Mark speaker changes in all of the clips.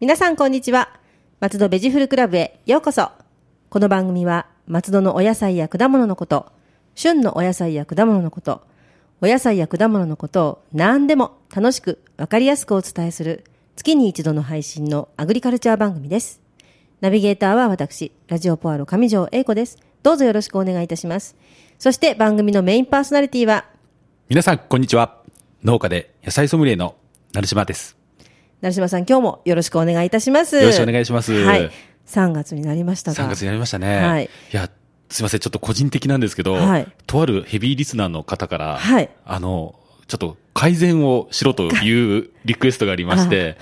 Speaker 1: 皆さんこんにちは。松戸ベジフルクラブへようこそ。この番組は松戸のお野菜や果物のこと、旬のお野菜や果物のこと、お野菜や果物のことを何でも楽しくわかりやすくお伝えする月に一度の配信のアグリカルチャー番組です。ナビゲーターは私、ラジオポアロ上条英子です。どうぞよろしくお願いいたします。そして番組のメインパーソナリティは、
Speaker 2: 皆さん、こんにちは。農家で野菜ソムリエの成島です。
Speaker 1: 成島さん今日もよろしくお願いいたします。
Speaker 2: よろしくお願いします
Speaker 1: はい。3月になりましたが。
Speaker 2: 3月になりましたね。
Speaker 1: はい
Speaker 2: い。や、すいません、ちょっと個人的なんですけど、
Speaker 1: はい
Speaker 2: とあるヘビーリスナーの方から、
Speaker 1: はい
Speaker 2: あの、ちょっと改善をしろというリクエストがありまして、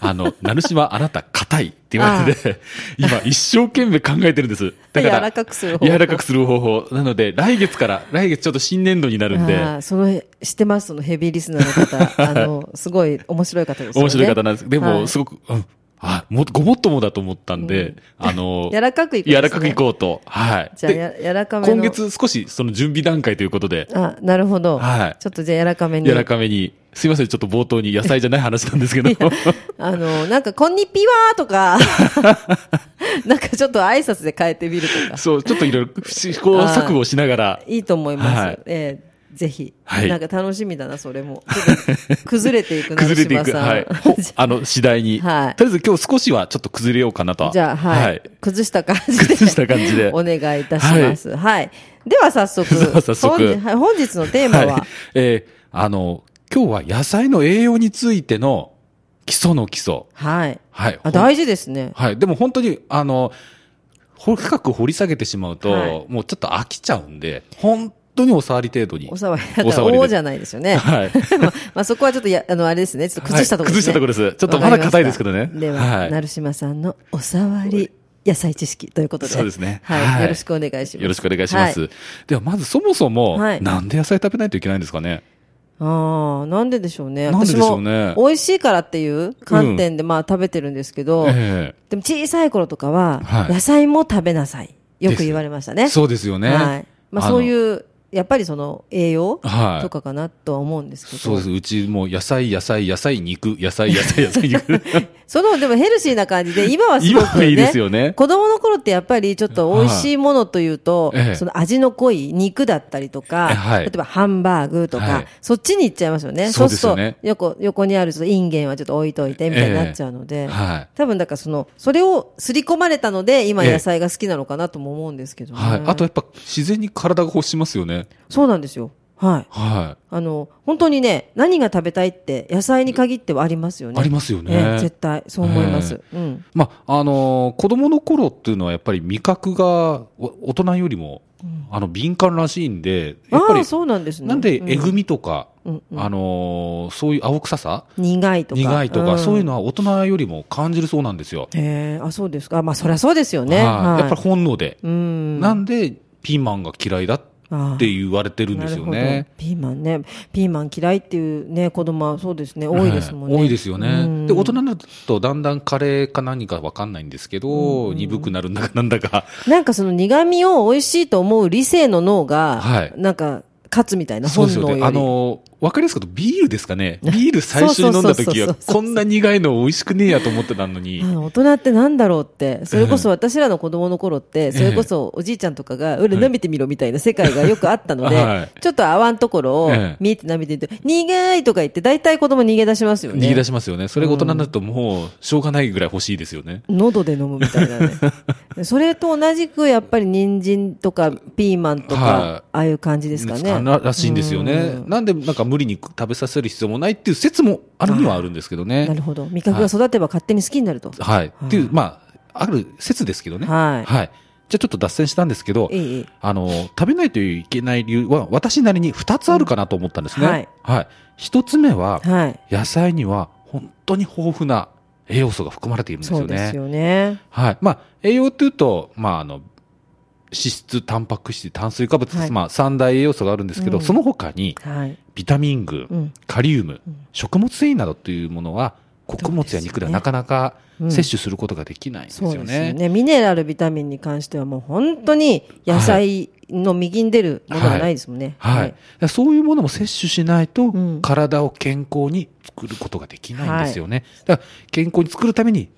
Speaker 2: あの、成島あなた硬いって言われて、今一生懸命考えてるんです。
Speaker 1: 柔らかくする方法
Speaker 2: 柔らかくする方法。なので、来月から、来月ちょっと新年度になるんで、
Speaker 1: あーその、知ってます、そのヘビーリスナー の方。あの、すごい面白い方ですよね。
Speaker 2: 面白い方なんです。で
Speaker 1: は
Speaker 2: も、
Speaker 1: い、
Speaker 2: すごく、うん。あ、も、ごもっともだと思ったんで、あの
Speaker 1: 柔らかくいくんですね
Speaker 2: 柔らかくいこうと。はい。
Speaker 1: じゃあ、
Speaker 2: で
Speaker 1: や柔らかめの。
Speaker 2: 今。月少しその準備段階ということで、
Speaker 1: あ、なるほど。
Speaker 2: はい
Speaker 1: ちょっとじゃあ柔らかめに。
Speaker 2: 柔らかめに、すいません、ちょっと冒頭に野菜じゃない話なんですけど、
Speaker 1: あの、なんか、こんにぴわーとか、 なんかちょっと挨拶で変えてみるとか、
Speaker 2: そう、ちょっといろいろ、不思こう、
Speaker 1: あー
Speaker 2: 錯誤しながら、
Speaker 1: いいと思います。
Speaker 2: はい
Speaker 1: えーぜひ、
Speaker 2: はい
Speaker 1: なんか楽しみだな、それも。ちょっと崩れていくな、
Speaker 2: 崩れていく、
Speaker 1: 成島さん
Speaker 2: はい。ほ あの、次第に。
Speaker 1: はい
Speaker 2: とりあえず今日少しはちょっと崩れようかなと。
Speaker 1: じゃあ、はい。崩した感じで。
Speaker 2: 崩した感じで
Speaker 1: お願いいたします。はい。では早速。
Speaker 2: では早速
Speaker 1: 本日はい本日のテーマは、
Speaker 2: はい。えーあの、今日は野菜の栄養についての基礎の基礎。
Speaker 1: はい。
Speaker 2: はい。
Speaker 1: あ、大事ですね。
Speaker 2: はい。でも本当に、あの、ほ深く掘り下げてしまうと、
Speaker 1: はい
Speaker 2: もうちょっと飽きちゃうんで、本当にお触り程度に。
Speaker 1: おさわりだっ
Speaker 2: お
Speaker 1: たら、
Speaker 2: 触りで
Speaker 1: おじゃないです よね。
Speaker 2: はい
Speaker 1: まあ、まあそこはちょっとや、あの、あれですね。ちょっと 崩したところ
Speaker 2: はい
Speaker 1: です、ね
Speaker 2: 崩したところですちょっとまだ
Speaker 1: わかり
Speaker 2: 硬い
Speaker 1: ま
Speaker 2: ですけどね
Speaker 1: では、
Speaker 2: はい
Speaker 1: 成島さんのおさわり野菜知識ということで。
Speaker 2: そうですね
Speaker 1: はい。
Speaker 2: はい
Speaker 1: よろしくお願いします。
Speaker 2: よろしくお願いします。
Speaker 1: はい
Speaker 2: では、まずそもそも、
Speaker 1: はい
Speaker 2: なんで野菜食べないといけないんですかね。
Speaker 1: ああ、なんででしょうね。
Speaker 2: なんででしょうね
Speaker 1: 私も美味しいからっていう観点で、まあ食べてるんですけど、
Speaker 2: え
Speaker 1: でも小さい頃とかは、
Speaker 2: はい
Speaker 1: 野菜も食べなさい。よく言われました
Speaker 2: え
Speaker 1: ね。
Speaker 2: そうですよね。
Speaker 1: はい。まあ
Speaker 2: あの
Speaker 1: そういう、やっぱりその栄養
Speaker 2: はい
Speaker 1: とかかなとは思うんですけど。
Speaker 2: そうです。うちもう野菜、野菜、野菜、肉、野菜、野菜、野菜、 肉。
Speaker 1: その、でもヘルシーな感 じで、今はすご
Speaker 2: 今
Speaker 1: く、
Speaker 2: は
Speaker 1: ね。
Speaker 2: いいですよね
Speaker 1: 子供の頃ってやっぱりちょっと美味しいものというと、
Speaker 2: はいええ
Speaker 1: その味の濃い肉だったりとか、
Speaker 2: えはい
Speaker 1: 例えばハンバーグとか、
Speaker 2: はい
Speaker 1: そっちに行っちゃいますよね。
Speaker 2: そうですよね
Speaker 1: そうすると横、横にあるちょっとインゲンはちょっと置いといてみたいになっちゃうの
Speaker 2: え
Speaker 1: で、
Speaker 2: えはい
Speaker 1: 多分だからその、それを刷り込まれたので、今
Speaker 2: ええ
Speaker 1: 野菜が好きなのかなとも思うんですけどね。
Speaker 2: はい。あとやっぱ自然に体が欲しますよね。
Speaker 1: そうなんですよ。はい。
Speaker 2: は
Speaker 1: あの、本当にね、何が食べたいって、野菜に限ってはありますよね。
Speaker 2: ありますよね
Speaker 1: ええ絶対、そう思います。うん。
Speaker 2: い。まあ、あのー子供の頃っていうのはやっぱり味覚がお大人よりも、あの、敏感らしいんで、やっぱ
Speaker 1: ああ、
Speaker 2: り
Speaker 1: そうなんですね。
Speaker 2: なんで、
Speaker 1: う
Speaker 2: えぐみとか、
Speaker 1: うんうん
Speaker 2: あのーそういう青臭さ
Speaker 1: 苦いとか。
Speaker 2: 苦いとか、
Speaker 1: ん
Speaker 2: そういうのは大人よりも感じるそうなんですよ。
Speaker 1: へえ、あ、そうですか。まあ、そりゃそうですよね。
Speaker 2: は
Speaker 1: はいい。
Speaker 2: やっぱり本能で。
Speaker 1: うん。
Speaker 2: なんで、ピーマンが嫌いだって言われてるん
Speaker 1: な
Speaker 2: です
Speaker 1: る
Speaker 2: よ
Speaker 1: ほど
Speaker 2: ね。。
Speaker 1: ピーマンね。ピーマン嫌いっていうね、子供はそうですね。多いですもんね。
Speaker 2: は多いですよ
Speaker 1: う
Speaker 2: ね。
Speaker 1: ん
Speaker 2: で、大人になると、だんだんカレーか何かわかんないんですけど、鈍くなるんだかなんだか。
Speaker 1: なんかその苦味を美味しいと思う理性の脳が、
Speaker 2: はい
Speaker 1: なんか、勝つみたいな
Speaker 2: そう
Speaker 1: 本
Speaker 2: です
Speaker 1: 能よ
Speaker 2: よ
Speaker 1: り。
Speaker 2: ね。あのー、わかりやすく言うと、ビールですか ね。ビール最初に飲んだ時
Speaker 1: そうそうそうそ
Speaker 2: は、
Speaker 1: うそうそう
Speaker 2: こんな苦いの美味しくねえやと思ってたの
Speaker 1: あ
Speaker 2: に。
Speaker 1: の大人ってなんだろうって、それこそ私らの子供の頃って、それこそおじいちゃんとかが、うら舐めてみろみたいな世界がよくあった の
Speaker 2: は
Speaker 1: で
Speaker 2: い、
Speaker 1: ちょっと合わんところを
Speaker 2: ええ、
Speaker 1: 見えて舐めてみて、苦いとか言って、大体子供逃げ出しますよね。
Speaker 2: 逃げ出しますよね。それが大人になると、もう、しょうがないぐらい欲しいですよね。
Speaker 1: 喉で飲むみたいな ね。それと同じく、やっぱり人参とかピーマンと
Speaker 2: は
Speaker 1: か
Speaker 2: い、
Speaker 1: ああいう感じですかね。
Speaker 2: ならしいんですよ
Speaker 1: う
Speaker 2: ね。
Speaker 1: ん
Speaker 2: なんで、なんか無理に食べさせる必要もないっていう説もあるにはあるんですけどね。
Speaker 1: なるほど。味覚が育てば勝手に好きになると。
Speaker 2: はい。っていう、まあ、ある説ですけどね。
Speaker 1: はい
Speaker 2: じゃあちょっと脱線したんですけど、
Speaker 1: いいいい
Speaker 2: あの、食べないといけない理由は、私なりに2つあるかなと思ったんですね。
Speaker 1: はい。
Speaker 2: はい。1つ目は、
Speaker 1: はい。
Speaker 2: 野菜には本当に豊富な栄養素が含まれているんです
Speaker 1: そ
Speaker 2: よ
Speaker 1: う
Speaker 2: ね。
Speaker 1: ですよね。
Speaker 2: はい。まあ、栄養というと、まあ、あの、脂質、タンパク質、炭水化物、
Speaker 1: はい
Speaker 2: まあ、三大栄養素があるんですけど、
Speaker 1: うん
Speaker 2: その他に、
Speaker 1: はい。
Speaker 2: ビタミン群、
Speaker 1: うん。
Speaker 2: カリウム
Speaker 1: うん、
Speaker 2: 食物繊維などというものは、穀物や肉ではなかなか摂取することができないんです
Speaker 1: そう
Speaker 2: よ
Speaker 1: ですよ
Speaker 2: ね。
Speaker 1: ね。ミネラル、ビタミンに関してはもう本当に野菜の右に出るものはないですもんね。
Speaker 2: はい。だからそういうものも摂取しないと
Speaker 1: うん、
Speaker 2: 体を健康に作ることができないんですよね。だから、健康に作るために、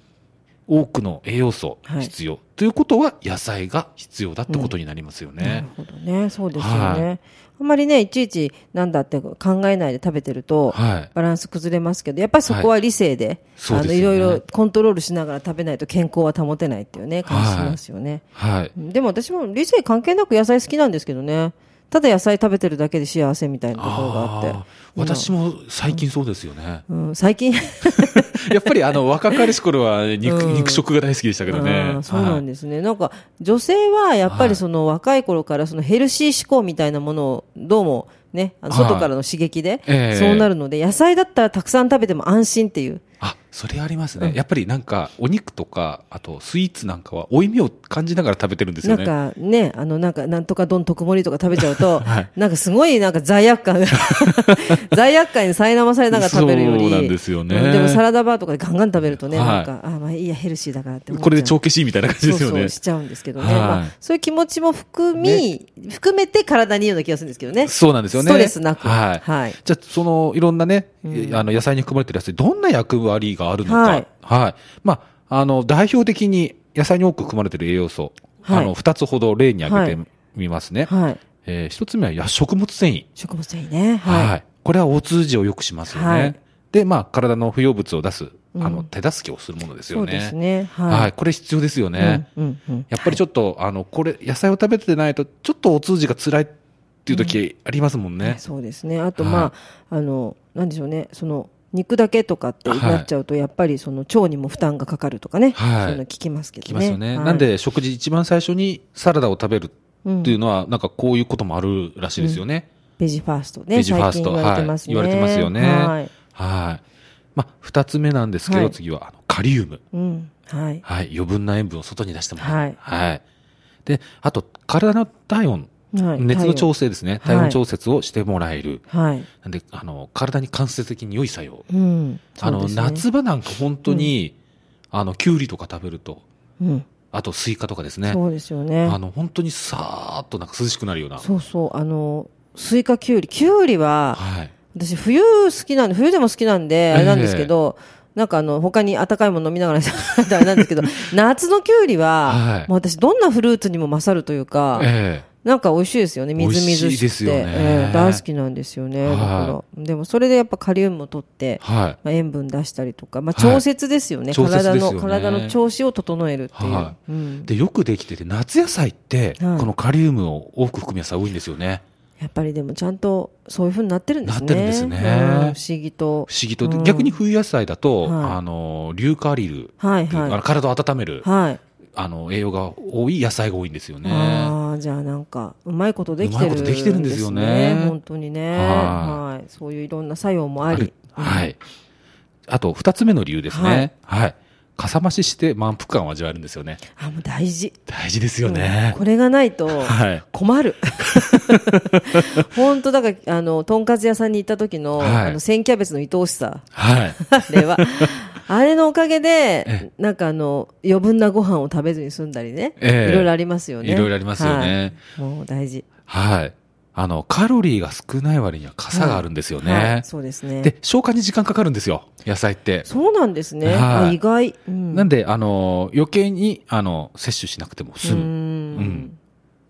Speaker 2: 多くの栄養素
Speaker 1: はい
Speaker 2: 必要、ということは野菜が必要だってことになりますよ
Speaker 1: なる
Speaker 2: ね。
Speaker 1: ほどね。そうですよね。
Speaker 2: はい
Speaker 1: あんまりね、いちいちなんだって考えないで食べてると、
Speaker 2: はい。
Speaker 1: バランス崩れますけど、やっぱりそこは理性で、
Speaker 2: そう
Speaker 1: あ
Speaker 2: です
Speaker 1: の、
Speaker 2: よね
Speaker 1: いろいろコントロールしながら食べないと健康は保てないっていうね、感じしますよね。
Speaker 2: はい。
Speaker 1: うんでも私も理性関係なく野菜好きなんですけどね。ただ野菜食べてるだけで幸せみたいなところがあって。
Speaker 2: あー私も最近そうですよね。
Speaker 1: うん、最近、
Speaker 2: やっぱりあの若かりし頃は肉,、
Speaker 1: うん
Speaker 2: 肉食が大好きでしたけど
Speaker 1: う
Speaker 2: ね。
Speaker 1: んそうなん
Speaker 2: で
Speaker 1: ですね、なんか女性はやっぱりその若い頃からそのヘルシー思考みたいなものをどうもね、あの
Speaker 2: はい
Speaker 1: 外からの刺激で
Speaker 2: ええ
Speaker 1: そうなるので、野菜だったらたくさん食べても安心っていう、
Speaker 2: あ、それありますね。やっぱりなんかお肉とか、あとスイーツなんかは負い目を感じながら食べてるんです
Speaker 1: な
Speaker 2: よね。
Speaker 1: んかね、あのなんかなんとか丼特盛りとか食べちゃうと、
Speaker 2: はい
Speaker 1: なんかすごいなんか罪 悪感が、罪悪感に苛まされながら食べるより、
Speaker 2: そうなんですよね
Speaker 1: うんでもサラダバーとかでガンガン食べるとね、
Speaker 2: はい
Speaker 1: なんか、あ、まあいいや、ヘルシーだからって思っちゃう
Speaker 2: これで帳消しみたいな感じですよ
Speaker 1: そうそ
Speaker 2: ね。
Speaker 1: うしちゃうんですけどね、
Speaker 2: はい
Speaker 1: まあ、そういう気持ちも含み、含めて体にいいような気がするんですけどね。
Speaker 2: そうなんですよね。
Speaker 1: ストレスなく。
Speaker 2: はい。
Speaker 1: はい。
Speaker 2: じゃあ、その、いろんなね、あの、野菜に含まれてる野菜、どんな役割があるのか。
Speaker 1: は
Speaker 2: はいい。まあ、あの、代表的に野菜に多く含まれてる栄養素、
Speaker 1: はい
Speaker 2: あの、二つほど例に挙げ
Speaker 1: は
Speaker 2: てみますね。
Speaker 1: はい。
Speaker 2: えー一つ目はや食物繊維。
Speaker 1: 食物繊維ね。
Speaker 2: はい。
Speaker 1: はい。
Speaker 2: これはお通じを良くしますよね。
Speaker 1: はい
Speaker 2: で、まあ、体の不要物を出す、あ
Speaker 1: う
Speaker 2: の、
Speaker 1: ん
Speaker 2: 手助けをするものです
Speaker 1: そ
Speaker 2: よ
Speaker 1: う
Speaker 2: ね。
Speaker 1: ですね。
Speaker 2: はい、
Speaker 1: はい。
Speaker 2: これ必要ですよね。
Speaker 1: うんうんうん
Speaker 2: やっぱりちょっと、あの、これ、野菜を食べてないと、ちょっとお通じが辛いっていう時ありますもんね。
Speaker 1: そうですね。あと、
Speaker 2: はい
Speaker 1: まあ、あの、なんでしょうね。その、肉だけとかってなっちゃうと、やっぱりその腸にも負担がかかるとかね。
Speaker 2: はい
Speaker 1: そういうの聞きますけどね。
Speaker 2: きますよね。
Speaker 1: はい
Speaker 2: なん、で、食事一番最初にサラダを食べるっていうのは、なんかこういうこともあるらしいですよね。
Speaker 1: ベジファーストね。
Speaker 2: ベジファースト
Speaker 1: 最近言われてますね。
Speaker 2: はい言われてますよね
Speaker 1: はい。
Speaker 2: はい。まあ、二つ目なんですけど、
Speaker 1: はい
Speaker 2: 次は、あの、カリウム。
Speaker 1: うん。はい。
Speaker 2: はい。余分な塩分を外に出してもらう。
Speaker 1: はい
Speaker 2: はい。で、あと、体の体温、
Speaker 1: はい
Speaker 2: 熱の調整ですね。
Speaker 1: はい
Speaker 2: 体温調節をしてもらえる。
Speaker 1: はい。
Speaker 2: なんで、あの、体に間接的に良い作用。
Speaker 1: うん。
Speaker 2: あ
Speaker 1: そう
Speaker 2: の、
Speaker 1: ですね
Speaker 2: 夏場なんか本当に、あの、キュウリとか食べると、
Speaker 1: うん。
Speaker 2: あとスイカとかですね。
Speaker 1: そうですよね。
Speaker 2: あの、本当にさーっとなんか涼しくなるような。
Speaker 1: そうそう、あの、スイカキュウリ。キュウリは、
Speaker 2: はい。
Speaker 1: 私冬好きなんで、冬でも好きなんで、あれなんですけど、なんかあの、他に温かいもの飲みながら あれなんですけど、夏のキュウリは、
Speaker 2: はい
Speaker 1: もう私どんなフルーツにも勝るというか、
Speaker 2: え
Speaker 1: なんか美味しいですよね。みずみずしくて。
Speaker 2: 美味しいですよね
Speaker 1: ええ大好きなんですよね。
Speaker 2: は
Speaker 1: だ
Speaker 2: い
Speaker 1: から。でもそれでやっぱカリウムを取って
Speaker 2: え、は
Speaker 1: まあ、塩分出したりとか、まあ、
Speaker 2: はい
Speaker 1: 調節ですよね。
Speaker 2: 調節
Speaker 1: 体
Speaker 2: ですよ
Speaker 1: の、
Speaker 2: ね
Speaker 1: 体の調子を整えるっていう。
Speaker 2: は
Speaker 1: うん
Speaker 2: い。で、よくできてて、夏野菜って、
Speaker 1: はい
Speaker 2: このカリウムを多く含む野菜多いんですよね。
Speaker 1: やっぱりでもちゃんとそういうふうになってるんです
Speaker 2: な
Speaker 1: ね。
Speaker 2: ってるんですね
Speaker 1: うん不思議と。
Speaker 2: 不思議と。
Speaker 1: う
Speaker 2: で
Speaker 1: ん
Speaker 2: 逆に冬野菜だと、
Speaker 1: はい
Speaker 2: あの、硫化アリル、
Speaker 1: はい
Speaker 2: あの
Speaker 1: は
Speaker 2: 体を温める、
Speaker 1: い。はい。
Speaker 2: あの、栄養が多い野菜が多いんですよね。
Speaker 1: ああ、じゃあなんか、うまいことできてる、
Speaker 2: うまいことできてるんですよね
Speaker 1: 本当にね。
Speaker 2: は
Speaker 1: はい。そういういろんな作用もあ
Speaker 2: あ
Speaker 1: り
Speaker 2: る。はい。あと、二つ目の理由ですね。はい。かさ増しして満腹感を味わえるんですよね。
Speaker 1: あ、もう大事。
Speaker 2: 大事ですよね
Speaker 1: うん。これがないと、
Speaker 2: はい。
Speaker 1: 困る。本当だから、あの、とんかつ屋さんに行った時の、
Speaker 2: はい
Speaker 1: あの、千キャベツの愛おしさ。
Speaker 2: はい。
Speaker 1: あ れは。あれのおかげで
Speaker 2: え、
Speaker 1: なんかあの、余分なご飯を食べずに済んだりね。
Speaker 2: ええ
Speaker 1: いろいろありますよね。
Speaker 2: いろいろありますよね。
Speaker 1: はい。もう大事。
Speaker 2: はい。あの、カロリーが少ない割には傘があるんですよね。
Speaker 1: はいそうですね。
Speaker 2: で、消化に時間かかるんですよ、野菜って。
Speaker 1: そうなんですね。
Speaker 2: はい
Speaker 1: あ意外。うん
Speaker 2: なんで、あの、余計に、あの、摂取しなくても
Speaker 1: う
Speaker 2: 済
Speaker 1: ー
Speaker 2: む。
Speaker 1: ん。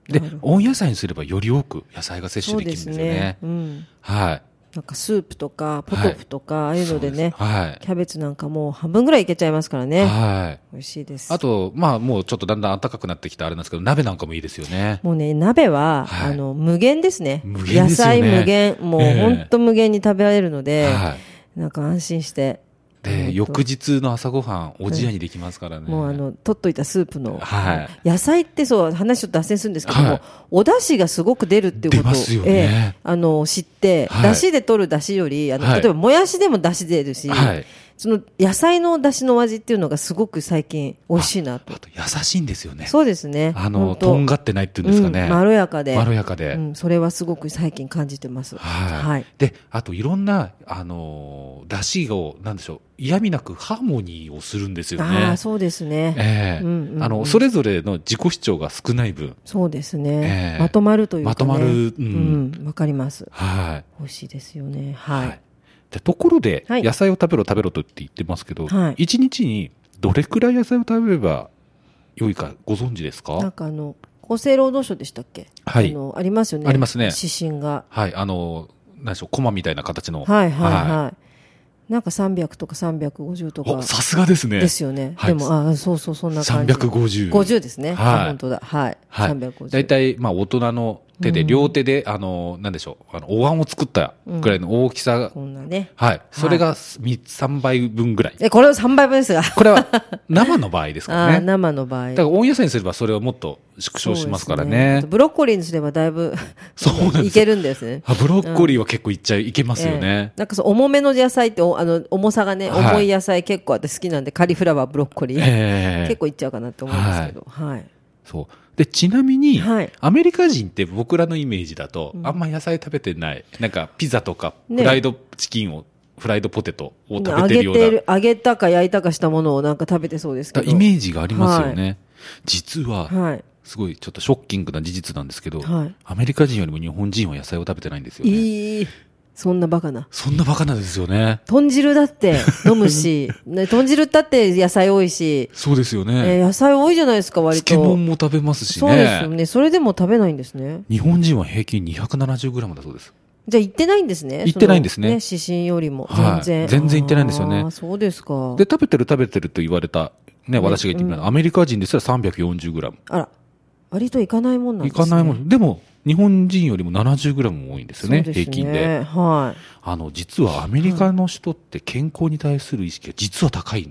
Speaker 2: で
Speaker 1: なる、ほ
Speaker 2: 温野菜にすればより多く野菜が摂
Speaker 1: そう
Speaker 2: 取で
Speaker 1: で
Speaker 2: きるん
Speaker 1: す
Speaker 2: ですよね。
Speaker 1: ね。うん。
Speaker 2: はい。
Speaker 1: なんかスープとか、ポトフとか、ああいうのでね、
Speaker 2: はい。
Speaker 1: キャベツなんかもう半分ぐらいいけちゃいますからね。
Speaker 2: はい。
Speaker 1: 美味しいです。
Speaker 2: あと、まあ、もうちょっとだんだん暖かくなってきたあれなんですけど、鍋なんかもいいですよね。
Speaker 1: もうね、鍋は、
Speaker 2: はい
Speaker 1: あの、無限ですね。
Speaker 2: 無限ですよね
Speaker 1: 野菜無限。もう、
Speaker 2: ええ
Speaker 1: ほんと無限に食べられるので、
Speaker 2: はい。
Speaker 1: なんか安心して。
Speaker 2: で、
Speaker 1: ほんと
Speaker 2: 翌日の朝ごはん、おじやにできますからね。
Speaker 1: もうあの、取っといたスープの。
Speaker 2: は
Speaker 1: 野菜ってそう、話ちょっと脱線するんですけども、
Speaker 2: はい
Speaker 1: お出汁がすごく出るっていうことを、
Speaker 2: 出ますよね
Speaker 1: あの、知って、
Speaker 2: はい
Speaker 1: 出汁で取る出汁より、あの、
Speaker 2: はい
Speaker 1: 例えばもやしでも出汁出るし、
Speaker 2: はい
Speaker 1: その野菜の出汁のお味っていうのがすごく最近美味しいなと
Speaker 2: あと優しいんですよね。
Speaker 1: そうですね
Speaker 2: あ
Speaker 1: ほ
Speaker 2: の、
Speaker 1: んと
Speaker 2: とんがってないっていうんですかね。
Speaker 1: うんまろやかで
Speaker 2: まろやかで。
Speaker 1: うん、それはすごく最近感じてます
Speaker 2: はい、
Speaker 1: はい
Speaker 2: で、あといろんな、あのー、出汁を、なんでしょう、嫌味なくハーモニーをするんですよね。
Speaker 1: ああそうですね
Speaker 2: ええ
Speaker 1: うんうんうん
Speaker 2: あの、それぞれの自己主張が少ない分。
Speaker 1: そうですね、
Speaker 2: ええ
Speaker 1: まとまるというか、ね、
Speaker 2: まとまる
Speaker 1: う
Speaker 2: うんん
Speaker 1: わ、かります
Speaker 2: はい。
Speaker 1: 美味しいですよねはい、
Speaker 2: はいでところで、
Speaker 1: はい
Speaker 2: 野菜を食べろ食べろとって言ってますけど、
Speaker 1: はい
Speaker 2: 一日にどれくらい野菜を食べれば良いかご存知です
Speaker 1: なん
Speaker 2: か
Speaker 1: かあの厚生労働省でしたっけ
Speaker 2: はい
Speaker 1: あのありますよね
Speaker 2: ありますね
Speaker 1: 指針が
Speaker 2: はい、あの、なんでしょう、コマみたいな形の。
Speaker 1: はいはいはい、
Speaker 2: は
Speaker 1: なんか300とか350とか
Speaker 2: お、さすがですね。
Speaker 1: ですよね、
Speaker 2: はい
Speaker 1: でもああそうそうそんな感じ
Speaker 2: 350。
Speaker 1: 50です
Speaker 2: は
Speaker 1: ね、
Speaker 2: い
Speaker 1: あ本当だはい、
Speaker 2: はい
Speaker 1: 350
Speaker 2: 大体、まあ、大人の手
Speaker 1: う
Speaker 2: で、
Speaker 1: ん
Speaker 2: 両手で、あの、なんでしょう、あの、お椀を作ったぐらいの大きさ、
Speaker 1: こんなね
Speaker 2: はい。それが3倍分ぐらい。
Speaker 1: えこれは3倍分ですが、
Speaker 2: これは、生の場合ですか
Speaker 1: あ
Speaker 2: ら
Speaker 1: ー
Speaker 2: ね。
Speaker 1: 生の場合
Speaker 2: だから、温野菜にすれば、それをもっと縮小しますからね。
Speaker 1: そうですブロッコリーにすればだいぶ
Speaker 2: そうなんですよ
Speaker 1: いけるんですね
Speaker 2: あブロッコリーは結構いっちゃいけますよね
Speaker 1: ええ。なんかそう重めの野菜っておあの重さがね、
Speaker 2: はい
Speaker 1: 重い野菜結構私好きなんでカリフラワーブロッコリー、
Speaker 2: ええ
Speaker 1: 結構いっちゃうかなって思うんですけどはい、
Speaker 2: そう。で、ちなみに、
Speaker 1: はい
Speaker 2: アメリカ人って僕らのイメージだと、あんま野菜食べてない。なんか、ピザとか、
Speaker 1: ね
Speaker 2: フライドチキンを、フライドポテトを食べ
Speaker 1: 揚
Speaker 2: て
Speaker 1: げ
Speaker 2: るような
Speaker 1: て。る揚げたか焼いたかしたものをなんか食べてそうですけ
Speaker 2: だ
Speaker 1: ど
Speaker 2: イメージがありますよね。実は、
Speaker 1: はい
Speaker 2: すごいちょっとショッキングな事実なんですけど、
Speaker 1: はい
Speaker 2: アメリカ人よりも日本人は野菜を食べてないんですよね。
Speaker 1: いいそんなバカな
Speaker 2: そんなバカなんですよね。
Speaker 1: 豚汁だって飲む し、ね、豚汁だって野菜多いし、
Speaker 2: そうですよ
Speaker 1: え
Speaker 2: ね。
Speaker 1: ー野菜多いじゃないですか割と
Speaker 2: 漬物も食べますしね。
Speaker 1: そうですよねそれでも食べないんですね
Speaker 2: 日本人は平均 270g だそうです。
Speaker 1: じゃあ行ってないんですね
Speaker 2: 行ってないんですね
Speaker 1: その指針よりも
Speaker 2: は
Speaker 1: 全
Speaker 2: い
Speaker 1: 然
Speaker 2: 全然行ってないんですよね
Speaker 1: あーそうですか
Speaker 2: で、食べてる食べてると言われた、ね、私が言ってみたら、アメリカ人ですら 340g。
Speaker 1: あら、割といかないもんなん
Speaker 2: い
Speaker 1: ですね。
Speaker 2: かないもん。でも、日本人よりも 70g も多いんです
Speaker 1: そう
Speaker 2: よね、
Speaker 1: です
Speaker 2: 平均で。
Speaker 1: はい。
Speaker 2: あの、実はアメリカの人って健康に対する意識が実は高い。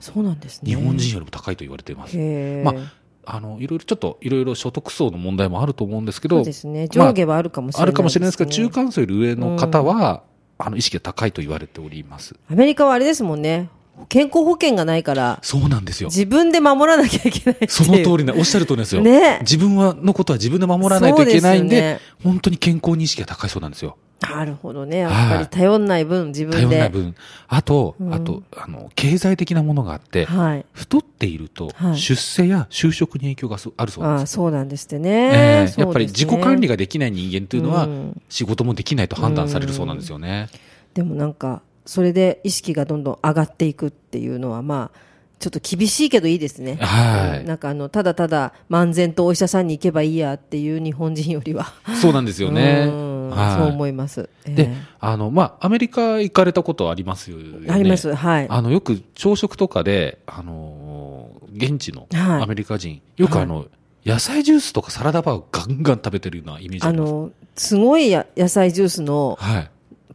Speaker 1: そうなんですね。
Speaker 2: 日本人よりも高いと言われています。
Speaker 1: へえ。
Speaker 2: まあの、いろいろちょっと、いろいろ所得層の問題もあると思うんですけ
Speaker 1: そう
Speaker 2: ど、
Speaker 1: ですね。
Speaker 2: まあ
Speaker 1: 上下はあるかもしれない、
Speaker 2: あるかもしれないですけど、中
Speaker 1: ね。
Speaker 2: 間層より上の方は、あの、意識が高いと言われております。
Speaker 1: アメリカはあれですもんね。健康保険がないから、
Speaker 2: そうなんですよ。
Speaker 1: 自分で守らなきゃいけないっていう。
Speaker 2: その通りな、おっしゃる通りなんですよ。
Speaker 1: ね
Speaker 2: 自分は、のことは自分で守らないといけないんで、
Speaker 1: そうです
Speaker 2: 本当に健康に意識が高いそうなんですよ。
Speaker 1: なるほどね。やっ
Speaker 2: はい
Speaker 1: ぱり頼んない分、自
Speaker 2: 頼
Speaker 1: 分
Speaker 2: ん
Speaker 1: で。
Speaker 2: ない分。あと、
Speaker 1: うん
Speaker 2: あと、あの、経済的なものがあって、
Speaker 1: はい。
Speaker 2: 太っていると
Speaker 1: は、い
Speaker 2: 出世や就職に影響がすあるそう
Speaker 1: あ
Speaker 2: なん
Speaker 1: あ、
Speaker 2: です。
Speaker 1: そうなんですって
Speaker 2: え
Speaker 1: ね。
Speaker 2: えやっぱり自己管理
Speaker 1: が
Speaker 2: ができない人間というの
Speaker 1: う
Speaker 2: は
Speaker 1: ん、
Speaker 2: 仕事もできないと判断されるそうなんですよね。
Speaker 1: でもなんか、それで意識がどんどん上がっていくっていうのは、まあ、ちょっと厳しいけどいいですね。
Speaker 2: はい
Speaker 1: なんかあの、ただただ、漫然とお医者さんに行けばいいやっていう日本人よりは。
Speaker 2: そうなんですよね。
Speaker 1: うん
Speaker 2: はい
Speaker 1: そう思います。ええ
Speaker 2: で、あの、まあ、アメリカ行かれたことありますよね。
Speaker 1: あります。はい。
Speaker 2: あの、よく朝食とかで、あのー現地の
Speaker 1: はい
Speaker 2: アメリカ人、よくあの、野菜ジュースとかサラダバーをガンガン食べてるようなイメージ
Speaker 1: あ
Speaker 2: あります。
Speaker 1: の、すごいや野菜ジュースの
Speaker 2: はい。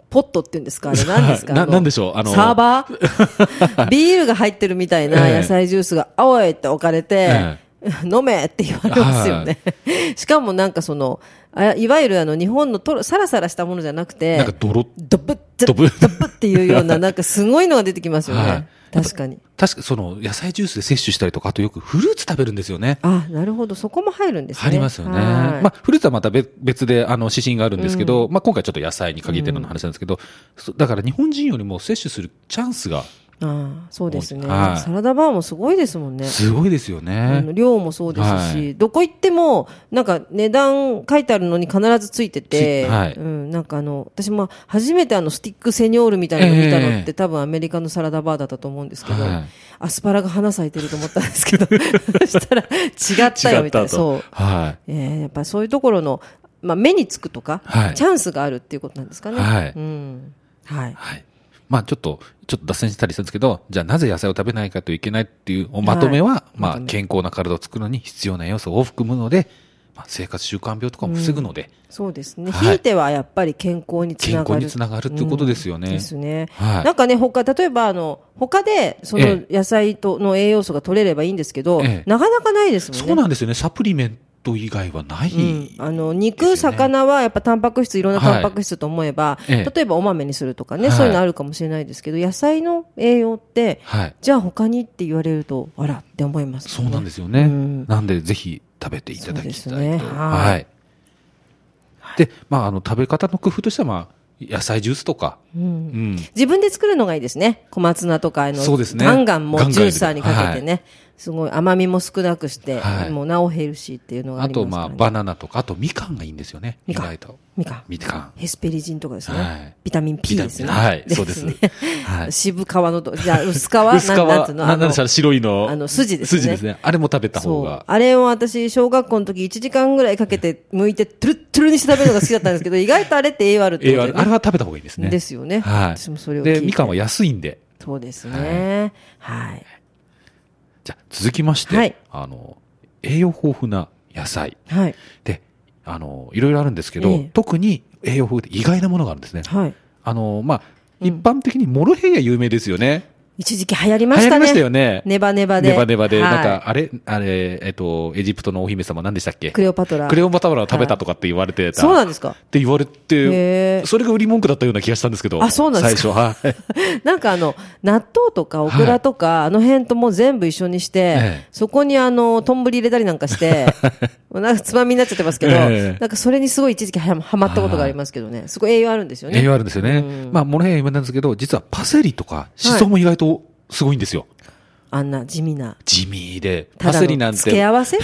Speaker 1: ポットっていうんですかあれ何ですか
Speaker 2: な
Speaker 1: あの
Speaker 2: なんでしょうあの
Speaker 1: サーバ ービールが入ってるみたいな
Speaker 2: ええ
Speaker 1: 野菜ジュースが、あおいって置かれて
Speaker 2: え、
Speaker 1: 飲めって言われますよね。しかもなんかその、あいわゆるあの日本のとろサラサラしたものじゃなくて、
Speaker 2: なんか泥っ、
Speaker 1: ドブッ、ド
Speaker 2: ド
Speaker 1: ブ
Speaker 2: ブ
Speaker 1: ッ、ドブッっていうような、なんかすごいのが出てきますよね。
Speaker 2: はい
Speaker 1: 確かに。
Speaker 2: 確かその野菜ジュースで摂取したりとか、あとよくフルーツ食べるんですよね。
Speaker 1: あ、なるほど。そこも入るんですね。
Speaker 2: ありますよね。
Speaker 1: はい
Speaker 2: まあ、フルーツはまた別別で、あの、指針があるんですけど、まあ、今回ちょっと野菜に限っての話なんですけど、そだから日本人よりも摂取するチャンスが
Speaker 1: ああそうですね、
Speaker 2: はい
Speaker 1: サラダバーもすごいですもんね。
Speaker 2: すごいですよ
Speaker 1: あ
Speaker 2: ね
Speaker 1: の。量もそうですし、
Speaker 2: はい
Speaker 1: どこ行っても、なんか値段書いてあるのに必ずついてて、
Speaker 2: ついはい
Speaker 1: うん、なんかあの、私も初めてあの、スティックセニョールみたいなの見たのって、
Speaker 2: ええ
Speaker 1: 多分アメリカのサラダバーだったと思うんですけど、
Speaker 2: はい
Speaker 1: アスパラが花咲いてると思ったんで すけど、そしたら違ったよみたいな。そう。
Speaker 2: はい。
Speaker 1: えーやっぱそういうところの、まあ、目につくとか、
Speaker 2: はい
Speaker 1: チャンスがあるっていうことなんですかね。
Speaker 2: はい
Speaker 1: うん。はい。
Speaker 2: はい。まあちょっと、ちょっと脱線したりするんですけど、じゃあなぜ野菜を食べないかといけないっていうおまとめは、ま
Speaker 1: まと
Speaker 2: あ
Speaker 1: め
Speaker 2: 健康な体を作るのに必要な要素を含むので、まあ、生活習慣病とかも防ぐので、
Speaker 1: そうですね。
Speaker 2: はい
Speaker 1: ひいてはやっぱり健康につなが
Speaker 2: 健
Speaker 1: る。
Speaker 2: 康につながるっていうことですよね。
Speaker 1: ですね。
Speaker 2: はい
Speaker 1: なんかね、他、例えば、あの、他で、その
Speaker 2: え
Speaker 1: 野菜との栄養素が取れればいいんですけど、
Speaker 2: ええ
Speaker 1: なかなかないですもんね。
Speaker 2: そうなんですよね。サプリメント以外はない、
Speaker 1: うん、あの肉、魚はやっぱタンパク質いろんなタンパク質と思えば、
Speaker 2: ええ
Speaker 1: 例えばお豆にするとかね、
Speaker 2: はい
Speaker 1: そういうのあるかもしれないですけど野菜の栄養って、
Speaker 2: はい。
Speaker 1: じゃあ他にって言われるとあらって思います、
Speaker 2: そうなんですよ
Speaker 1: う
Speaker 2: ね。
Speaker 1: ん
Speaker 2: なんで、ぜひ食べていただき
Speaker 1: そう
Speaker 2: た
Speaker 1: で
Speaker 2: い
Speaker 1: す
Speaker 2: と。
Speaker 1: ねはい
Speaker 2: はい。で、まあ、あの、食べ方の工夫としては、まあ、野菜ジュースとか、
Speaker 1: うん
Speaker 2: うん。
Speaker 1: 自分で作るのがいいですね。小松菜とかあの、
Speaker 2: そうですね
Speaker 1: ガンガンもう
Speaker 2: ガンガン
Speaker 1: ジューサーにかけてね。すごい甘みも少なくして、
Speaker 2: はい
Speaker 1: もうなおヘルシーっていうのがあ
Speaker 2: あ
Speaker 1: り
Speaker 2: と、
Speaker 1: ます
Speaker 2: ま
Speaker 1: か
Speaker 2: あ、
Speaker 1: ら、ね。
Speaker 2: バナナとか、あと、みかんがいいんですよね。
Speaker 1: みかん
Speaker 2: 意外と。
Speaker 1: みかん。
Speaker 2: みかん。
Speaker 1: ヘスペリジンとかですね。
Speaker 2: はい
Speaker 1: ビタミン P ですね。
Speaker 2: はい、そうです
Speaker 1: ね。
Speaker 2: はい。
Speaker 1: 渋皮のど、じゃあ 薄皮、なん
Speaker 2: 薄皮、な
Speaker 1: なん
Speaker 2: ん
Speaker 1: つう
Speaker 2: て
Speaker 1: のあの
Speaker 2: の白いの。
Speaker 1: あの筋ですね
Speaker 2: 筋ですね。あれも食べた方
Speaker 1: そう
Speaker 2: が。。
Speaker 1: あれを私、小学校の時1時間ぐらいかけて剥いて、トゥルットゥルにして食べるのが好きだったんです けど、意外とあれって栄養あるって
Speaker 2: え
Speaker 1: こと
Speaker 2: あ
Speaker 1: で、
Speaker 2: れ
Speaker 1: ね、
Speaker 2: あれは食べた方がいいですね。
Speaker 1: ですよね。
Speaker 2: はい。
Speaker 1: 私もそれを聞いて
Speaker 2: で、みかんは安いんで。
Speaker 1: そうですね。はい。
Speaker 2: じゃあ続きまして、
Speaker 1: はい
Speaker 2: あの、栄養豊富な野菜。
Speaker 1: はい。
Speaker 2: で、あの、いろいろあるんですけど、
Speaker 1: ええ
Speaker 2: 特に栄養豊富で意外なものがあるんですね。
Speaker 1: はい。
Speaker 2: あの、まあ、
Speaker 1: うん
Speaker 2: 一般的にモロヘイヤ有名ですよね。
Speaker 1: 一時期流行りま
Speaker 2: 流
Speaker 1: し
Speaker 2: 行
Speaker 1: た
Speaker 2: りま
Speaker 1: ね。
Speaker 2: したよね。
Speaker 1: ネバネバで。
Speaker 2: ネバネバで、
Speaker 1: はい
Speaker 2: なんか、あれ、あれ、えっと、エジプトのお姫様何でしたっけ
Speaker 1: クレオパトラ。
Speaker 2: クレオパトラを食べたとかって言われてた。
Speaker 1: そうなんですか
Speaker 2: って言われ
Speaker 1: へえ
Speaker 2: て、それが売り文句だったような気がしたんですけど。
Speaker 1: あそうなんです
Speaker 2: 最初、はい。
Speaker 1: なんかあの、納豆とかオクラとか、あの辺ともう全部一緒にして、
Speaker 2: ええ
Speaker 1: そこにあの、丼入れたりなん かして、もうなんかつまみになっちゃってますけど、
Speaker 2: ええ
Speaker 1: なんかそれにすごい一時期はハマったことがありますけどね。すごい栄養あるんですよね。
Speaker 2: 栄養あるんですよね。
Speaker 1: うん
Speaker 2: まあ、モロヘイヤ有名なんですけど、実はパセリとか、シソも意外とすごいんですよ。
Speaker 1: あんな地味な。
Speaker 2: 地味で。
Speaker 1: た
Speaker 2: パ
Speaker 1: だ
Speaker 2: セリな
Speaker 1: の
Speaker 2: ん
Speaker 1: 付け
Speaker 2: て、
Speaker 1: 合わせ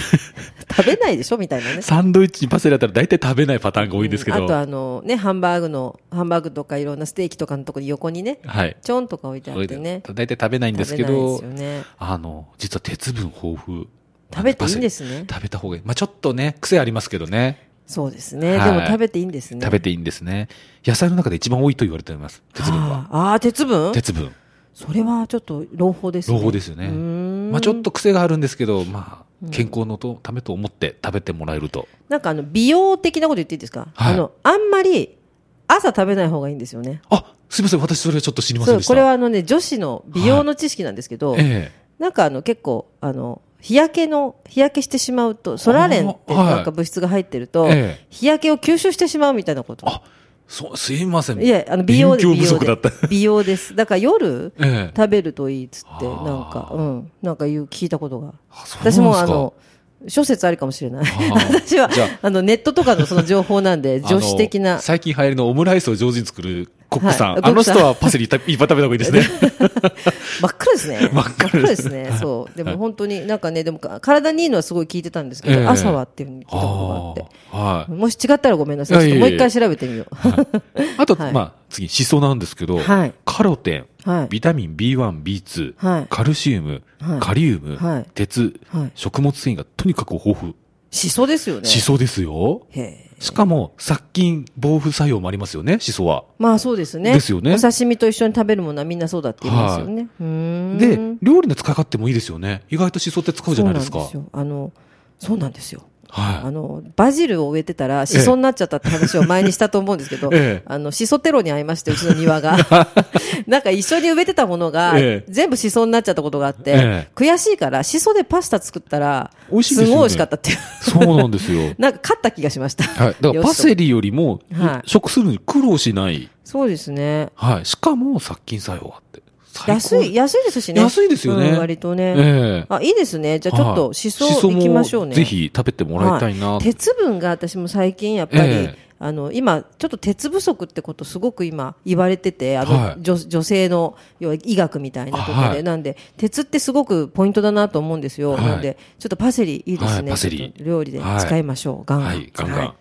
Speaker 1: 食べないでしょみた いなね。
Speaker 2: サンドイッチにパセリだったら大体食べないパターンが多いんですけ
Speaker 1: あ
Speaker 2: ど。
Speaker 1: とあの、ね、ハンバーグの、ハンバーグとかいろんなステーキとかのとこに横にね、
Speaker 2: はい。
Speaker 1: ちょんとか置いてあってね。
Speaker 2: 大体食べないんですけ
Speaker 1: 食
Speaker 2: ど
Speaker 1: べ、ないですよね。
Speaker 2: あの、実は鉄分豊富。。
Speaker 1: 食べていいんですすね。
Speaker 2: 食べた方がいい。まあ、ちょっとね、癖ありますけどね。
Speaker 1: そうですね。
Speaker 2: はい
Speaker 1: でも食べていいんですね。
Speaker 2: 食べていいんですね。野菜の中で一番多いと言われています。鉄分は。
Speaker 1: あああー、鉄分
Speaker 2: 鉄分。
Speaker 1: それはちょっと朗報ですね。
Speaker 2: 朗報ですよね
Speaker 1: うーん
Speaker 2: まあ、ちょっと癖があるんですけど、まあ、健康のとためと思って食べてもらえると。
Speaker 1: なんかあの、美容的なこと言っていいですか、
Speaker 2: はい
Speaker 1: あの、あんまり朝食べない方がいいんですよね。
Speaker 2: あ、すみません。私それはちょっと知りません
Speaker 1: そう、
Speaker 2: でした。
Speaker 1: これはあのね、女子の美容の知識なんですけど、
Speaker 2: え
Speaker 1: なんかあの、結構、あの、日焼けの、日焼けしてしまうと、ソラレンっ
Speaker 2: あ
Speaker 1: て
Speaker 2: ーはい
Speaker 1: なんか物質が入ってると、
Speaker 2: ええ
Speaker 1: 日焼けを吸収してしまうみたいなこと。
Speaker 2: あ、そう、すいません。
Speaker 1: いや、あの、美容で
Speaker 2: 勉強不足だった。
Speaker 1: 美容です。だから夜、
Speaker 2: ええ
Speaker 1: 食べるといいっつって、
Speaker 2: あ
Speaker 1: なん
Speaker 2: ー
Speaker 1: か、うん、なんか言う、聞いたことが。
Speaker 2: あそうなんです
Speaker 1: 私
Speaker 2: か
Speaker 1: もあの、諸説あるかもしれない。
Speaker 2: あー
Speaker 1: 私は
Speaker 2: じゃ、
Speaker 1: あの、ネットとかのその情報なんで、女子 的
Speaker 2: あ
Speaker 1: な
Speaker 2: の。最近流行りのオムライスを上手に作るコックさん。
Speaker 1: はいコ
Speaker 2: あ
Speaker 1: ック
Speaker 2: の
Speaker 1: さん
Speaker 2: 人はパセリいっぱい食べた方がいいです ね。
Speaker 1: 真っ暗ですね。
Speaker 2: 真っ暗ですね
Speaker 1: 真っ暗ですねそう。でも本当になんかね、でもか体にいいのはすごい聞いてたんですけ
Speaker 2: ええ
Speaker 1: ど、朝はっていうふうに聞いたこ
Speaker 2: あ
Speaker 1: とがあって。
Speaker 2: あ、はい。
Speaker 1: もし違ったらごめんなさい。
Speaker 2: い
Speaker 1: ち
Speaker 2: や
Speaker 1: ょっ
Speaker 2: い
Speaker 1: と
Speaker 2: や
Speaker 1: もう
Speaker 2: い
Speaker 1: 一
Speaker 2: や
Speaker 1: 回調べてみよう。
Speaker 2: あと、
Speaker 1: はい
Speaker 2: まあ、次、シソなんですけど、
Speaker 1: はい
Speaker 2: カロテン、
Speaker 1: はい
Speaker 2: ビタミン B1、B2、
Speaker 1: はい
Speaker 2: カルシウム、
Speaker 1: はい
Speaker 2: カリウム、
Speaker 1: はい
Speaker 2: 鉄、
Speaker 1: はい
Speaker 2: 食物繊維がとにかく豊富。
Speaker 1: しそですよね。
Speaker 2: シソですよ。
Speaker 1: へえ。
Speaker 2: しかも、殺菌、防腐作用もありますよね、シソは。
Speaker 1: まあそうですね。
Speaker 2: ですよね
Speaker 1: お刺身と一緒に食べるものはみんなそうだって言いますよね。うーん
Speaker 2: で、料理の使い勝手もいいですよね。意外とシソって使うじゃないですか。
Speaker 1: そうなんですよ。あの、そうなんですよ。あ
Speaker 2: は
Speaker 1: の、バジルを植えてたら、シソになっちゃったって話を前にしたと思うんですけど、
Speaker 2: ええ
Speaker 1: あの、シソテロに会いまして、うちの庭 が。なんか一緒に植えてたものが、
Speaker 2: ええ
Speaker 1: 全部シソになっちゃったことがあって、
Speaker 2: ええ
Speaker 1: 悔しいから、シソでパスタ作ったら、
Speaker 2: 美味しいです
Speaker 1: す
Speaker 2: よね
Speaker 1: ごい美味しかったっていう。。
Speaker 2: い。そうなんですよ
Speaker 1: なんか勝った気がしました。
Speaker 2: はい。だから、パセ
Speaker 1: リ。
Speaker 2: リよりも
Speaker 1: は、い
Speaker 2: 食するのに苦労しない。
Speaker 1: そうですね。
Speaker 2: はい。しかも、殺菌作用があって。最高
Speaker 1: 安い、。安いですしね。
Speaker 2: 安いですよね
Speaker 1: うん割とね。
Speaker 2: ええ
Speaker 1: あ、いいですね。じゃあちょっ
Speaker 2: は
Speaker 1: と、
Speaker 2: い
Speaker 1: シソ行きまし
Speaker 2: シソ
Speaker 1: ょう
Speaker 2: も
Speaker 1: ね。
Speaker 2: ぜひ食べてもらいたいな。
Speaker 1: はい鉄分が私も最近やっぱり、
Speaker 2: ええ
Speaker 1: あの今ちょっと鉄不足ってことすごく今言われててあの、
Speaker 2: はい
Speaker 1: 女女性の要は医学みたいなところで、
Speaker 2: あはい
Speaker 1: なんで鉄ってすごくポイントだなと思うんですよ、
Speaker 2: はい
Speaker 1: なんでちょっとパセリいいです
Speaker 2: は
Speaker 1: ね、
Speaker 2: いパセリ
Speaker 1: ちょっと料理で使いましょう、ガンガン、
Speaker 2: はい、ガンガン。
Speaker 1: はい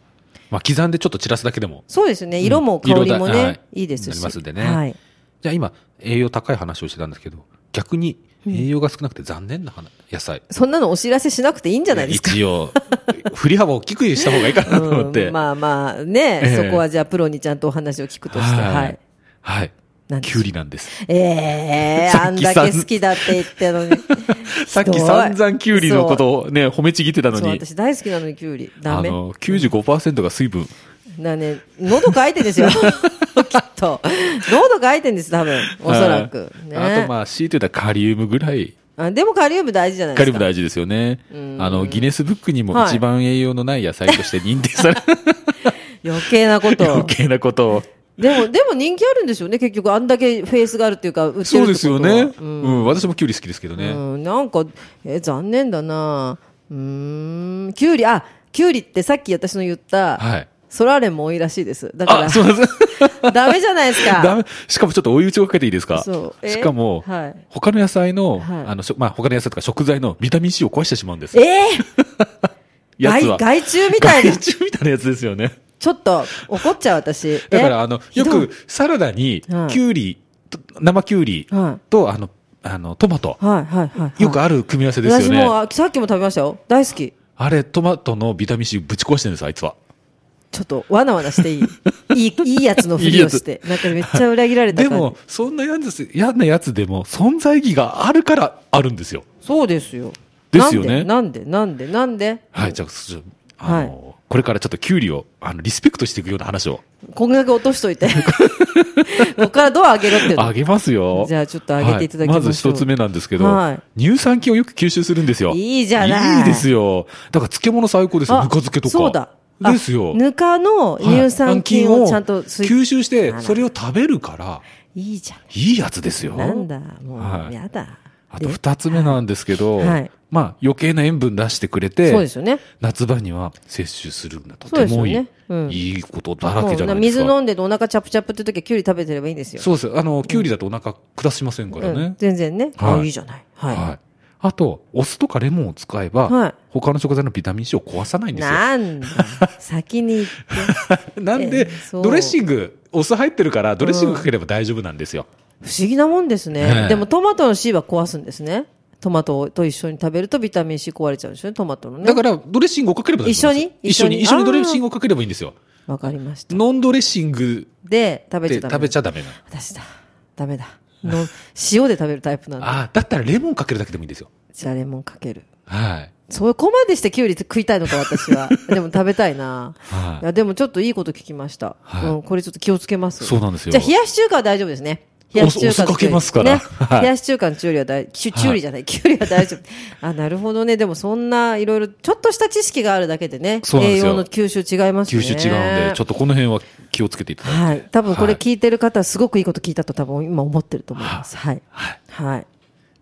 Speaker 2: まあ、刻んでちょっと散らすだけでも。
Speaker 1: そうですね
Speaker 2: うん
Speaker 1: 色も香り
Speaker 2: 色
Speaker 1: もね、
Speaker 2: だ
Speaker 1: い、いですし
Speaker 2: なりますんでね
Speaker 1: はい、
Speaker 2: じゃあ今、栄養高い話をしてたんですけど、逆に栄養が少なくて残念な花野菜。
Speaker 1: そんなのお知らせしなくていいんじゃないですか
Speaker 2: 一応、振り幅を大きくした方がいいかなと思って。
Speaker 1: うん、まあまあね、
Speaker 2: ええ
Speaker 1: そこはじゃあプロにちゃんとお話を聞くとして、
Speaker 2: は
Speaker 1: はいい。
Speaker 2: はい。
Speaker 1: なんで
Speaker 2: き
Speaker 1: し
Speaker 2: ゅ
Speaker 1: ょう
Speaker 2: うりなんです。
Speaker 1: ええ
Speaker 2: さ
Speaker 1: あ
Speaker 2: っ
Speaker 1: ん
Speaker 2: き
Speaker 1: だ
Speaker 2: さん
Speaker 1: け好きだって言ってたのに。
Speaker 2: さっ
Speaker 1: ひど
Speaker 2: き
Speaker 1: い
Speaker 2: 散々きゅうりのことをね、褒めちぎってたの
Speaker 1: そうそう
Speaker 2: に、
Speaker 1: 私大好きなのにきゅうり。ダ
Speaker 2: あ
Speaker 1: メ。
Speaker 2: の、95%が水分。
Speaker 1: だね、喉乾いてん ですよ。きっと。喉乾いてんです、多分。おそらく。
Speaker 2: はい
Speaker 1: ね。
Speaker 2: あとまあ、強いて言ったらカリウムぐらい
Speaker 1: あでもカリウム大事じゃないで
Speaker 2: カ
Speaker 1: す
Speaker 2: リ
Speaker 1: か。
Speaker 2: ウム大事ですよね。
Speaker 1: うん
Speaker 2: あの、ギネスブックにも一番栄養のない野菜として認定 され
Speaker 1: 余計なこと。
Speaker 2: 余計なことを。
Speaker 1: でも、でも人気あるんでしょうね、結局。あんだけフェイスがあるっていうか、売ってるってこと
Speaker 2: そうですよね。う
Speaker 1: うん
Speaker 2: ん、私もキュウリ好きですけどね。
Speaker 1: うん、なんか、え、残念だなうーん、キュウリ、あ、キュウリってさっき私の言った、
Speaker 2: はい。
Speaker 1: ソラーレンも多いらしいです。だか
Speaker 2: あ、そうなんです。
Speaker 1: ら、 ダメじゃないです か。
Speaker 2: ダメ。しかもちょっと追い打ちをかけていいですか
Speaker 1: そうえ
Speaker 2: しかも、
Speaker 1: はい
Speaker 2: 他の野菜の、
Speaker 1: はい
Speaker 2: あの、しょまあ、他の野菜とか食材のビタミン C を壊してしまうんです。
Speaker 1: えー、
Speaker 2: やつ
Speaker 1: 害
Speaker 2: は。
Speaker 1: 害虫みたいな
Speaker 2: 害。虫みたいなやつですよね。
Speaker 1: ちょっと怒っちゃう私。
Speaker 2: だか
Speaker 1: え
Speaker 2: ら、あの、
Speaker 1: ひ
Speaker 2: よ
Speaker 1: どい
Speaker 2: くサラダに、キ
Speaker 1: はい
Speaker 2: ュウリ、と生キュウリ
Speaker 1: は
Speaker 2: と、あの、あの、トマト、
Speaker 1: い、はい、はい、はい。
Speaker 2: よく
Speaker 1: あ
Speaker 2: ある組み合わせですよ
Speaker 1: 私
Speaker 2: ね。
Speaker 1: もあさっきも食べましたよ。大好き。
Speaker 2: あれ、トマトのビタミン C ぶち壊してるんです、あいつは。
Speaker 1: ちょっと、わなわ なしていい。いい、いいやつのふりをして。なんかめっちゃ裏切られた
Speaker 2: で
Speaker 1: 感じ。
Speaker 2: も、そんなやつ、嫌なやつでも、存在意義があるからあるんですよ。
Speaker 1: そうですよ。
Speaker 2: ですよね
Speaker 1: なんで、なんで、なんで、なんで
Speaker 2: はい、じゃあ、ちょあの、これからちょっとキュウリを、あの、リスペクトしていくような話を。
Speaker 1: こんだけ落と しといて。ここからドア上げろって
Speaker 2: あげますよ。
Speaker 1: じゃあちょっとあげていただき
Speaker 2: は
Speaker 1: ましょう
Speaker 2: まず一つ目なんですけど、
Speaker 1: は
Speaker 2: 乳酸菌をよく吸収するんですよ。
Speaker 1: いいじゃない
Speaker 2: いいですよ。だから漬物最高ですよ。
Speaker 1: あ
Speaker 2: ぬか漬けとか。
Speaker 1: そうだ。あ
Speaker 2: ですよ。
Speaker 1: ぬかの乳酸菌
Speaker 2: はい
Speaker 1: をちゃんと吸い、
Speaker 2: 吸収し
Speaker 1: あ
Speaker 2: て、
Speaker 1: ら
Speaker 2: それを食べるから、
Speaker 1: いいじゃん。
Speaker 2: いいやつですよ。
Speaker 1: なんだ、も
Speaker 2: は
Speaker 1: う、
Speaker 2: い
Speaker 1: やだ。
Speaker 2: あと
Speaker 1: で
Speaker 2: 二つ目なんですけど、
Speaker 1: はい
Speaker 2: まあ余計な塩分出してくれて、
Speaker 1: そうですよね。
Speaker 2: 夏場には摂取するんだと
Speaker 1: そう
Speaker 2: て
Speaker 1: ですよ
Speaker 2: もいい、
Speaker 1: ねうん
Speaker 2: いいことだらけじゃないです
Speaker 1: 水
Speaker 2: か。
Speaker 1: 飲んでてお腹チャプチャプって時はキュウリ食べてればいいんですよ。
Speaker 2: そうですよ。あの、キュウリだとお腹下しませんから
Speaker 1: う
Speaker 2: ね
Speaker 1: ん。全然ね。
Speaker 2: はい
Speaker 1: あ、いいじゃない。
Speaker 2: はい、
Speaker 1: は
Speaker 2: あと、お酢とかレモンを使えば、
Speaker 1: はい
Speaker 2: 他の食材のビタミン C を壊さない
Speaker 1: い。
Speaker 2: んですよ。
Speaker 1: なんだ。先に言って。
Speaker 2: なんで
Speaker 1: え、そう
Speaker 2: ドレッシング、お酢入ってるから、ドレッシングかければ大丈夫なんですよ。
Speaker 1: 不思議なもんです
Speaker 2: ええ
Speaker 1: ね。でもトマトの C は壊すんですね。トマトと一緒に食べるとビタミン C 壊れちゃうんですよね、トマトのね
Speaker 2: だ。から、ドレッシングをかければ大丈夫なんですよ一
Speaker 1: 一緒に
Speaker 2: 緒に、一緒
Speaker 1: 一緒に
Speaker 2: にドレッシングをかければいいんですよ。
Speaker 1: わかりました。
Speaker 2: ノンドレッシング
Speaker 1: で、食べ
Speaker 2: で
Speaker 1: ちゃダメ。
Speaker 2: 食べちゃダメなの。
Speaker 1: 私だ。ダメだ。の塩で食べるタイプなんだ。
Speaker 2: ああ、だったらレモンかけるだけでもいいんですよ。
Speaker 1: じゃあレモンかける。
Speaker 2: はい。
Speaker 1: そこまでしてキュウリ食いたいのか、私は。でも食べたいな。
Speaker 2: はい
Speaker 1: いや、でもちょっといいこと聞きました。
Speaker 2: はい
Speaker 1: うん、これちょっと気をつけます。
Speaker 2: そうなんですよ
Speaker 1: じゃあ、冷やし中華は大丈夫ですね。冷やし中華の
Speaker 2: お酢お酢かけますから
Speaker 1: ね
Speaker 2: はい
Speaker 1: 冷やし中華の中理は大、きゅ中理じゃない、きゅうりは大丈夫。あ、なるほどね。でもそんないろいろ、ちょっとした知識があるだけでね、
Speaker 2: そうなんで
Speaker 1: 栄
Speaker 2: すよ
Speaker 1: 養の吸収違います
Speaker 2: 吸
Speaker 1: ね。
Speaker 2: 収違うんで、ちょっとこの辺は気をつけていただいて。
Speaker 1: はい。多分これ
Speaker 2: はい
Speaker 1: 聞いてる方はすごくいいこと聞いたと多分今思ってると思います。はい。
Speaker 2: はい
Speaker 1: はい。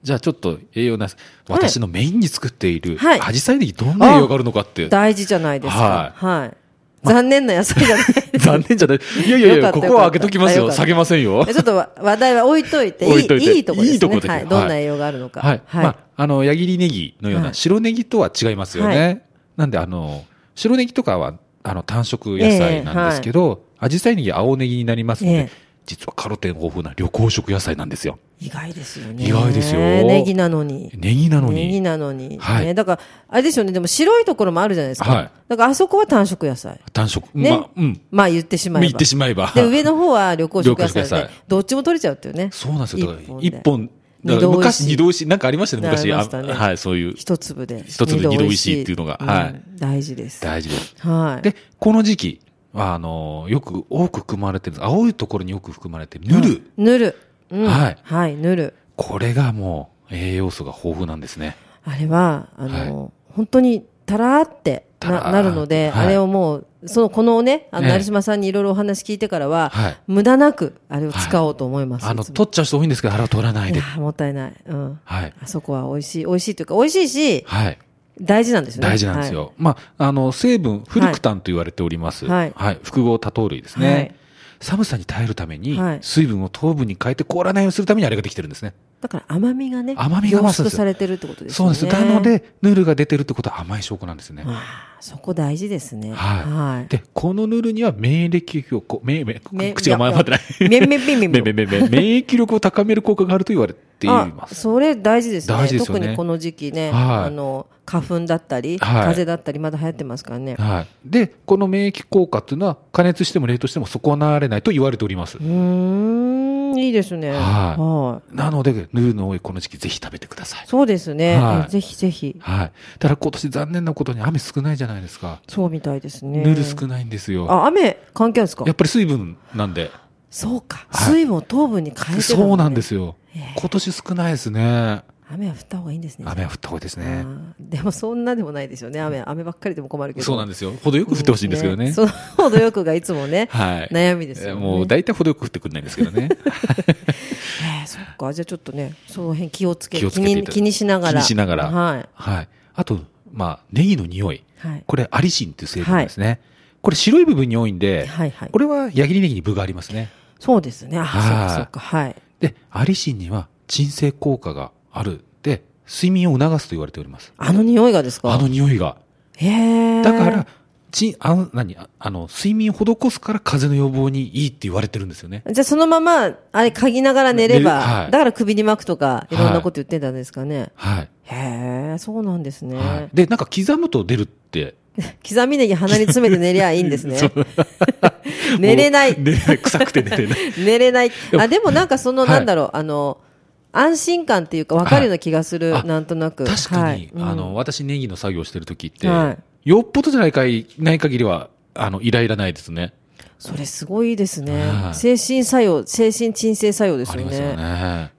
Speaker 2: じゃあちょっと栄養な、私のメインに作っている、
Speaker 1: はい
Speaker 2: アジサイネギどんな栄養があるのかって、
Speaker 1: 大事じゃないですか。はい。残念な野菜 じゃない。
Speaker 2: 残念じゃない。いやいやい
Speaker 1: よか
Speaker 2: や、
Speaker 1: った
Speaker 2: こ
Speaker 1: よかった
Speaker 2: こは開けときます
Speaker 1: あよ
Speaker 2: よ。
Speaker 1: かった
Speaker 2: 下げませんよ
Speaker 1: え。ちょっとわ話題は置いといて、
Speaker 2: 置いといて
Speaker 1: いいとこですね。
Speaker 2: いいとこです
Speaker 1: は。
Speaker 2: はいい
Speaker 1: どんな栄養があるのか。
Speaker 2: はい。まあ、あの、矢切ネギのよう
Speaker 1: は
Speaker 2: ない白ネギとは違いますよね。
Speaker 1: は
Speaker 2: なんで、あの、白ネギとかは、あの、単色野菜なんですけど、アジサイネギは青ネギになりますので、
Speaker 1: ええ
Speaker 2: 実はカロテン豊富な緑黄色野菜なんですよ。
Speaker 1: 意外ですよね。
Speaker 2: 意外ですよ
Speaker 1: ネギなのに。
Speaker 2: ネギなの
Speaker 1: ネギ
Speaker 2: に、
Speaker 1: なのに。
Speaker 2: はい
Speaker 1: ねだから、あれですよね。でも白いところもあるじゃないですか。
Speaker 2: はい
Speaker 1: だからあそこは単色野菜。
Speaker 2: 単色。
Speaker 1: ね
Speaker 2: まあ、うん。
Speaker 1: まあ言ってしまえば。
Speaker 2: 言ってしまえば。
Speaker 1: で、上の方は緑黄色野
Speaker 2: 緑黄色
Speaker 1: 菜
Speaker 2: 野
Speaker 1: で
Speaker 2: 菜、
Speaker 1: どっちも取れちゃうっていうね。
Speaker 2: そうなんですよ。だから
Speaker 1: 一
Speaker 2: 一
Speaker 1: 本
Speaker 2: 本、
Speaker 1: 二
Speaker 2: だから
Speaker 1: 度美味
Speaker 2: 昔
Speaker 1: しい
Speaker 2: 二度美味しい。なんかありましたね、昔。
Speaker 1: ねありましたね
Speaker 2: あはい、そういう。
Speaker 1: 一粒で。
Speaker 2: 一粒で二度美味しいっていうのがはい
Speaker 1: ん大事です。
Speaker 2: 大事です。
Speaker 1: はい。
Speaker 2: で、この時期、あの、よく、多く含まれてるんです。青いところによく含まれてる、ヌル。
Speaker 1: 塗る。うん
Speaker 2: はい
Speaker 1: はい、塗る。
Speaker 2: これがもう、栄養素が豊富なんですね。
Speaker 1: あれは、あの、本当に、たらーって
Speaker 2: たらー
Speaker 1: ななるので、
Speaker 2: はい
Speaker 1: あれをもう、その、このね、あの、
Speaker 2: ええ
Speaker 1: 成島さんにいろいろお話聞いてからは、
Speaker 2: はい
Speaker 1: 無駄なく、あれを使おうと思います。
Speaker 2: あの、
Speaker 1: いつも
Speaker 2: 取っちゃう人多いんですけど、あれは取らない
Speaker 1: い
Speaker 2: で
Speaker 1: や。ーもったいない。うん。
Speaker 2: はい。
Speaker 1: あそこは美味しい。美味しいというか、美味しいし、
Speaker 2: はい。
Speaker 1: 大事なんですよね。
Speaker 2: 大事なんですよ。まあ、あの、成分、フルクタンと言われております。
Speaker 1: は
Speaker 2: はいい。複合多糖類ですね。
Speaker 1: はい
Speaker 2: 寒さに耐えるために
Speaker 1: はい、
Speaker 2: 水分を糖分に変えて凍らないようにするためにあれができてるんですね。
Speaker 1: はい。だから甘みがね、
Speaker 2: 甘みが増すんです
Speaker 1: 凝
Speaker 2: よ
Speaker 1: 縮されてるってことです
Speaker 2: そ
Speaker 1: よ
Speaker 2: う
Speaker 1: ね。
Speaker 2: です。なの、で、ヌルが出てるってことは甘い証拠なんですね。
Speaker 1: あーそこ大事ですね。
Speaker 2: はい。
Speaker 1: で、
Speaker 2: で、このヌルには免疫力をこう、免
Speaker 1: 免
Speaker 2: 疫、口が前回ってない。
Speaker 1: めんめ んめんめんめ
Speaker 2: め
Speaker 1: ん
Speaker 2: めめめ免疫力を高める効果があると言われていま
Speaker 1: あ
Speaker 2: す。
Speaker 1: それ大事ですね
Speaker 2: 大事ですよね
Speaker 1: 特にこの時期ね、
Speaker 2: はい
Speaker 1: あの花粉だったり、
Speaker 2: はい
Speaker 1: 風邪だったりまだ流行ってますからね、
Speaker 2: はい。で、この免疫効果っていうのは、加熱しても冷凍しても損なわれないと言われております
Speaker 1: う。ーんいいですね
Speaker 2: はい
Speaker 1: はい
Speaker 2: なので、ヌルの多いこの時期、ぜひ食べてください。
Speaker 1: そうですね、
Speaker 2: はい
Speaker 1: ぜひぜひ
Speaker 2: はい。ただ、今年残念なことに雨少ないじゃないですか。
Speaker 1: そうみたいですね
Speaker 2: ヌル少ないんですよ。
Speaker 1: あ雨関係あるんですか
Speaker 2: やっぱり水分なんで。
Speaker 1: そうか、
Speaker 2: はい
Speaker 1: 水分を糖分に変えてる
Speaker 2: そうなんですすよ
Speaker 1: ええ。
Speaker 2: 今年少ないですね。
Speaker 1: 雨は降った方がいいんですね。
Speaker 2: 雨は降った方がいいですね。
Speaker 1: あーでもそんなでもないですよね。雨、雨ばっかりでも困るけど。
Speaker 2: そうなんですよ。程よく降ってほしいんですけどね。、
Speaker 1: そう、程よくがいつもね
Speaker 2: はい。
Speaker 1: 悩みですよね
Speaker 2: えーもう大体程よく降ってくんないんですけどね。
Speaker 1: えーそっか、じゃあちょっとね、その辺気をつけ
Speaker 2: 気をつけていただ
Speaker 1: 気に気にしながら。
Speaker 2: 気にしながら
Speaker 1: はい。
Speaker 2: はい。あと、まあ、ネギの匂い。
Speaker 1: はい。
Speaker 2: これ、アリシンっていう成分ですね。これ、白い部分に多いんで、
Speaker 1: はいはい
Speaker 2: これは矢切ネギに分がありますね。
Speaker 1: そうですね。あ、そっ
Speaker 2: はい
Speaker 1: かそっか。はい。
Speaker 2: で、アリシンには鎮静効果がある。で、睡眠を促すと言われております。
Speaker 1: あの匂いがですか
Speaker 2: あの匂いが。
Speaker 1: へえ。
Speaker 2: だから、、ちあの何ああの、睡眠を施すから風邪の予防にいいって言われてるんですよね。
Speaker 1: じゃあそのまま、あれ、嗅ぎながら寝れば、
Speaker 2: 寝るはい
Speaker 1: だから首に巻くとか、
Speaker 2: い
Speaker 1: いろんなこと言ってたんですかね。
Speaker 2: はい。
Speaker 1: へえ、そうなんですね。
Speaker 2: はい、で、なんか刻むと出るって。
Speaker 1: 刻みネギ鼻に詰めて寝りゃいいんです ね
Speaker 2: そ。う
Speaker 1: 寝れない
Speaker 2: もう寝れない。臭くて寝れ ない。
Speaker 1: 寝れない。あ、でもなんかその、
Speaker 2: はい
Speaker 1: なんだろう、あの、安心感っていうか、わかるような気がする、
Speaker 2: はいあ
Speaker 1: なんとなく。
Speaker 2: 確かに、
Speaker 1: はい
Speaker 2: あの、、私ネギの作業してる時って、
Speaker 1: は
Speaker 2: よっぽどじゃないかい、ない限りは、あの、イライラないですね。
Speaker 1: うんそれすごいですね
Speaker 2: は。い
Speaker 1: 精神作用、精神鎮静作用です
Speaker 2: あ
Speaker 1: よ
Speaker 2: りますよ
Speaker 1: ね。
Speaker 2: ね。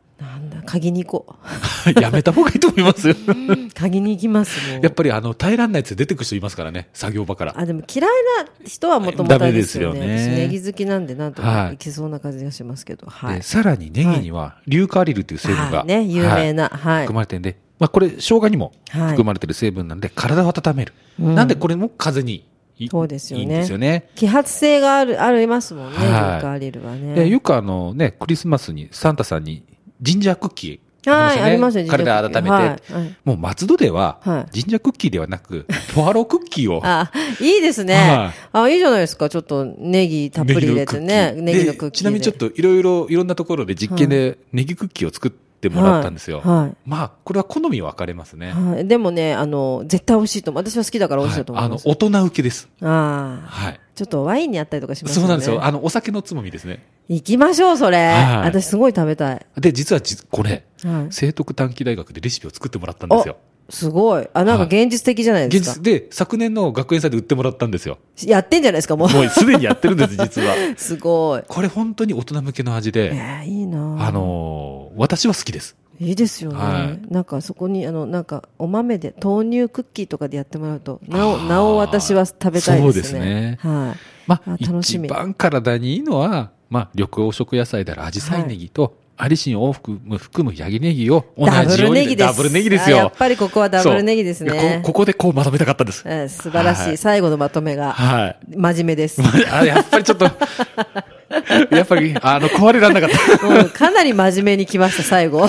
Speaker 1: なんだ、鍵に行こ
Speaker 2: やめた方がいいと思いますよ。
Speaker 1: う。鍵に行きます、もう
Speaker 2: やっぱりあの、耐えらんないやつ出てくる人いますからね、作業場から。
Speaker 1: あ、でも嫌いな人はもともとあれですよね。
Speaker 2: ダメですよね
Speaker 1: 私ネギ好きなんで、なんとか
Speaker 2: はい
Speaker 1: いけそうな感じがしますけど。はい
Speaker 2: で。さらにネギには、硫化アリルという成分
Speaker 1: は
Speaker 2: が、
Speaker 1: い。ね、有名
Speaker 2: は
Speaker 1: な。はいい
Speaker 2: 含。まれてんで、まあこれ、生姜にも
Speaker 1: はい
Speaker 2: 含まれてる成分なんで、体を温める。
Speaker 1: うん
Speaker 2: なんでこれも風邪にい
Speaker 1: そうですよね
Speaker 2: いいんですよね。
Speaker 1: 揮発性がある、ありますもんね、
Speaker 2: はい
Speaker 1: 硫化アリルはね。
Speaker 2: でよくあのね、クリスマスにサンタさんにジンジャークッキー
Speaker 1: はい、ありますよね。
Speaker 2: 体を温めて。
Speaker 1: はいはい
Speaker 2: もう松戸では、
Speaker 1: はい
Speaker 2: ジンジャークッキーではな く、ポアロクッキーを。
Speaker 1: あ、いいですね。
Speaker 2: はい
Speaker 1: あ、いいじゃないですか。ちょっとネギたっぷり入れてね。ネギのクッ
Speaker 2: でち
Speaker 1: キーで。
Speaker 2: なみにちょっといろいろ、いろんなところで実験でネギクッキーを作ってもらったんですよ。
Speaker 1: はいはい
Speaker 2: まあ、これは好み分かれますね。
Speaker 1: はい。でもね、あの、絶対美味しいと思う。私は好きだから美味しいと思
Speaker 2: はいい
Speaker 1: ま
Speaker 2: の、
Speaker 1: す。
Speaker 2: 大人受けです。
Speaker 1: ああ。
Speaker 2: はい。
Speaker 1: ちょっとワインにあったりとかします
Speaker 2: そ
Speaker 1: よね。
Speaker 2: うなんですよ。。あの、お酒のつまみですね。
Speaker 1: 行きましょう、それ。
Speaker 2: はい
Speaker 1: 私すごい食べたい。
Speaker 2: で、実はじ、これ、
Speaker 1: はい。
Speaker 2: 聖徳短期大学でレシピを作ってもらったんですよ。
Speaker 1: すごい。あ、なんか現実的じゃないで
Speaker 2: 現
Speaker 1: すか
Speaker 2: 実。で、昨年の学園祭で売ってもらったんですよ。
Speaker 1: やってんじゃないですか、もう。
Speaker 2: もうすでにやってるんです、実は。
Speaker 1: すごい。
Speaker 2: これ本当に大人向けの味
Speaker 1: え
Speaker 2: で、
Speaker 1: ー、いいな
Speaker 2: あのー私は好きです。
Speaker 1: いいですよね、
Speaker 2: はい
Speaker 1: なんかそこにあのなんかお豆で豆乳クッキーとかでやってもらうとなおなお私は食べたいですね
Speaker 2: そうですね
Speaker 1: はい、
Speaker 2: ま
Speaker 1: あ
Speaker 2: あ、
Speaker 1: 楽し
Speaker 2: 一
Speaker 1: み
Speaker 2: 番体にいいのは、まあ、緑黄色野菜であるアジサイネギと、アリシンを含む、含むヤギネギを同
Speaker 1: ダブ
Speaker 2: じよ
Speaker 1: ル
Speaker 2: う
Speaker 1: ネギ
Speaker 2: に
Speaker 1: です。
Speaker 2: ダブルネギです
Speaker 1: あやっ
Speaker 2: よ。
Speaker 1: ぱりここはダブルネギです
Speaker 2: そういや
Speaker 1: ね
Speaker 2: こ。ここでこうまとめたかったです。
Speaker 1: えー素晴らしい。
Speaker 2: はい
Speaker 1: 最後のまとめが、
Speaker 2: は
Speaker 1: 真面目です。
Speaker 2: い。あやっぱりちょっと、 やっぱり、あの、壊れらんなかった。い
Speaker 1: うんかなり真面目に来ました、最後。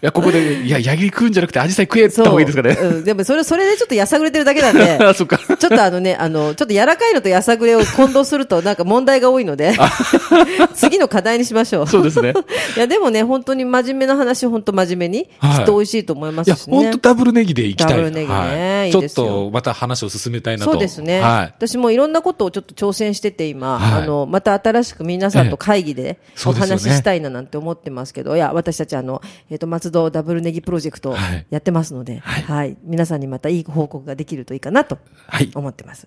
Speaker 2: や、ここで、いや、ヤギ食うんじゃなくて、アジサイ食えって言った方がいいですかね。
Speaker 1: うん、でもそれ、それでちょっとやさぐれてるだけなん で、
Speaker 2: あ、 そっか。
Speaker 1: ちょっとあのね、あの、ちょっと柔らかいのとやさぐれを混同するとなんか問題が多いので、 次の課題にしましょう。
Speaker 2: そうですね。
Speaker 1: いや、でもね、本当に真面目な話、本当真面目に、
Speaker 2: はい
Speaker 1: きっと美味しいと思いま
Speaker 2: いや、
Speaker 1: すしね。
Speaker 2: 本当ダブルネギでいきたい。
Speaker 1: ダブルネギね
Speaker 2: はい
Speaker 1: い
Speaker 2: ちょ
Speaker 1: で
Speaker 2: っ
Speaker 1: すよ
Speaker 2: と、また話を進めたいなと。
Speaker 1: そうですね、
Speaker 2: はい。
Speaker 1: 私もいろんなことをちょっと挑戦してて今、
Speaker 2: はい
Speaker 1: あのまた新しく皆さんと会議で
Speaker 2: そ
Speaker 1: お
Speaker 2: うですよね
Speaker 1: 話ししたいななんて思ってますけど、いや私たちあの、えっと松戸ダブルネギプロジェクト
Speaker 2: はい
Speaker 1: やってますので、
Speaker 2: は
Speaker 1: はいい皆さんにまたいい報告ができるといいかなと
Speaker 2: はい。
Speaker 1: 思ってます。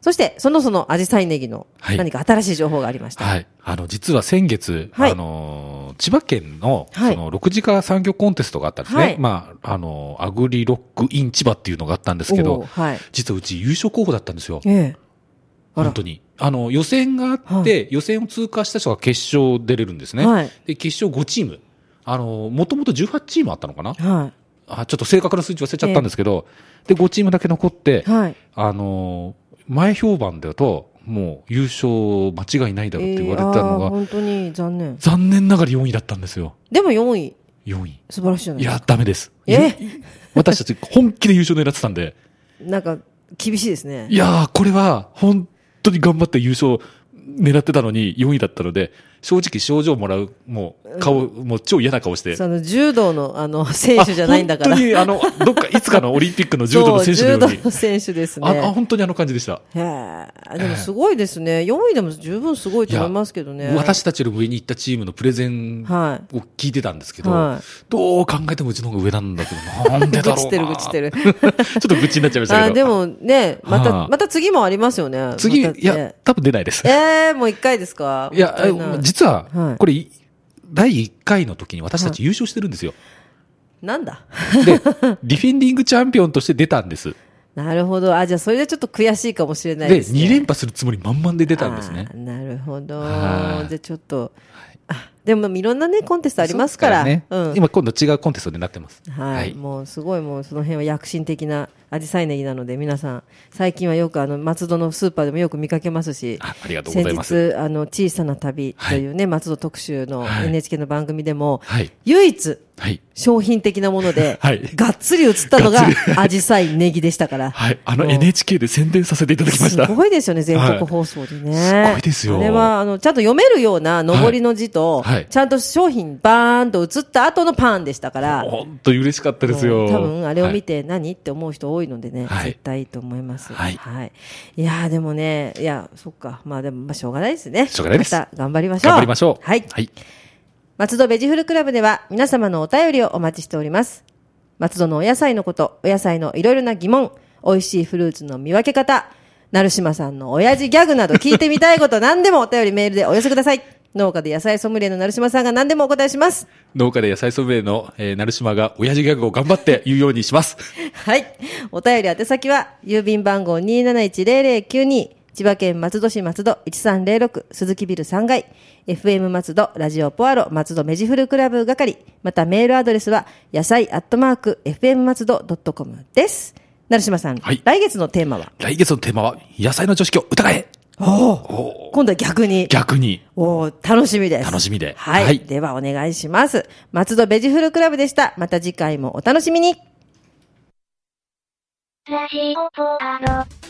Speaker 1: そしてそのそのアジサイネギの
Speaker 2: はい
Speaker 1: 何か新しい情報がありました。
Speaker 2: はい。あの、実は先月、
Speaker 1: はい
Speaker 2: あのー、千葉県の、
Speaker 1: はい
Speaker 2: その、6時間産業コンテストがあったんですね。
Speaker 1: はい
Speaker 2: まあ、あのー、アグリロックイン千葉っていうのがあったんですけ
Speaker 1: おー
Speaker 2: ど、
Speaker 1: はい、
Speaker 2: 実はうち優勝候補だったんですよ。
Speaker 1: ええあら
Speaker 2: 本当に。あの、予選があっ
Speaker 1: は
Speaker 2: て、予選を通過した人が決勝出れるんですね。
Speaker 1: はい
Speaker 2: で、決勝5チーム。あのー、もともと18チームあったのかな
Speaker 1: は
Speaker 2: あ、ちょっと正確な数値忘れちゃったんですけど、で、5チームだけ残って
Speaker 1: い、、はい、
Speaker 2: あのー、前評判だと、もう優勝間違いないだろうって言われてたの
Speaker 1: ええ
Speaker 2: が
Speaker 1: あー、本当に残念。
Speaker 2: 残念ながら4位だったんですよ。
Speaker 1: でも4位
Speaker 2: 4位。
Speaker 1: 素晴らしいじゃない
Speaker 2: い
Speaker 1: ですか
Speaker 2: や、ダメです。
Speaker 1: え
Speaker 2: ゆ私たち本気で優勝狙ってたんで、
Speaker 1: なんか厳しいですね。
Speaker 2: いやー、これは本当に頑張って優勝狙ってたのに4位だったので、正直症状もらう、もう顔、もう超嫌な顔して。
Speaker 1: その柔道のあの 選手じゃないんだか
Speaker 2: あ
Speaker 1: ら。
Speaker 2: 本当にあの、どっかいつ かのオリンピックの柔道の選手のよう
Speaker 1: そう
Speaker 2: に
Speaker 1: 柔道。の選手です
Speaker 2: ああ
Speaker 1: ね。
Speaker 2: 本当にあの感じでした。
Speaker 1: へえ、でもすごいですね。4位でも十分すごいと思いますけどね。
Speaker 2: 私たちより上に行ったチームのプレゼンを
Speaker 1: は
Speaker 2: 聞いてたんですけど、
Speaker 1: はい
Speaker 2: どう考えてもうちの方が上なんだけど、なん
Speaker 1: い。
Speaker 2: でだろうな。
Speaker 1: 愚痴ってる、愚痴ってる。
Speaker 2: ちょっと愚痴になっちゃいましたけ
Speaker 1: あ
Speaker 2: ど。
Speaker 1: でもね、ま
Speaker 2: は
Speaker 1: た、
Speaker 2: い
Speaker 1: また次もありますよね。
Speaker 2: 次、
Speaker 1: またね
Speaker 2: いや、多分出ないです。
Speaker 1: ええ、もう1回ですか
Speaker 2: いや、
Speaker 1: もったな
Speaker 2: 実は
Speaker 1: はい、
Speaker 2: これ、第1回の時に私たち優勝してるんですよ。
Speaker 1: なんだ
Speaker 2: で、ディフェンディングチャンピオンとして出たんです。
Speaker 1: なるほど。あ、じゃあそれでちょっと悔しいかもしれない
Speaker 2: で、
Speaker 1: です、ね。
Speaker 2: 2連覇するつもり満々で出たんですね
Speaker 1: あ。ーなるほど。
Speaker 2: はい
Speaker 1: で、ちょっと、あ、でもいろんなね、コンテストありますから。
Speaker 2: そうです
Speaker 1: うん。
Speaker 2: 今今度違うコンテストになってます。
Speaker 1: はい、
Speaker 2: はい
Speaker 1: もうすごいもうその辺は躍進的なアジサイネギなので皆さん最近はよくあの松戸のスーパーでもよく見かけますし
Speaker 2: あありがとうございます
Speaker 1: 先日あの小さな旅というね、松戸特集の
Speaker 2: はい
Speaker 1: NHK の番組でも、
Speaker 2: はい
Speaker 1: 唯一
Speaker 2: はい。
Speaker 1: 商品的なもので、
Speaker 2: はい
Speaker 1: がっつり映ったのが
Speaker 2: がっつり
Speaker 1: アジサイネギでした から、
Speaker 2: はい。あの
Speaker 1: もう
Speaker 2: NHK で宣伝させていただきました。
Speaker 1: すごいですよね、全
Speaker 2: はい
Speaker 1: 国放送でね。
Speaker 2: すごいですよ
Speaker 1: あれは、あの、ちゃんと読めるような上りの字と、
Speaker 2: はいはい
Speaker 1: ちゃんと商品バーンと映った後のパンでしたから、
Speaker 2: 本当嬉しかったですよ。
Speaker 1: 多分あれを見
Speaker 2: て、
Speaker 1: て何、って思う人多いのでね、
Speaker 2: はい
Speaker 1: 絶対いいと思います。
Speaker 2: はい
Speaker 1: い、いやーでもね、いや、そっか。まあでも、まあしょうがないですね。
Speaker 2: しょうがないです
Speaker 1: また頑張りましょう。
Speaker 2: 頑張りましょう。
Speaker 1: はい。
Speaker 2: はい。
Speaker 1: 松戸ベジフルクラブでは皆様のお便りをお待ちしております。松戸のお野菜のこと、お野菜のいろいろな疑問、美味しいフルーツの見分け方、成島さんの親父ギャグなど聞いてみたいこと何でもお便りメールでお寄せください。農家で野菜ソムリエの成島さんが何でもお答えします。
Speaker 2: 農家で野菜ソムリエの、えー、成島が親父ギャグを頑張って言うようにします。
Speaker 1: はい。お便り宛先は、郵便番号2710092、千葉県松戸市松戸1306、鈴木ビル3階、FM 松戸、ラジオポアロ、松戸メジフルクラブ係、またメールアドレスは、野菜アットマーク、FM 松戸 .com です。成島さん、
Speaker 2: はい
Speaker 1: 来月のテーマは
Speaker 2: 来月のテーマは、野菜の常識を疑え
Speaker 1: 今度は逆に。
Speaker 2: 逆に、
Speaker 1: おお楽しみです。
Speaker 2: 楽しみで
Speaker 1: はい。
Speaker 2: はい
Speaker 1: ではお願いします。松戸ベジフルクラブでした。また次回もお楽しみに。
Speaker 3: ラジオポアロ。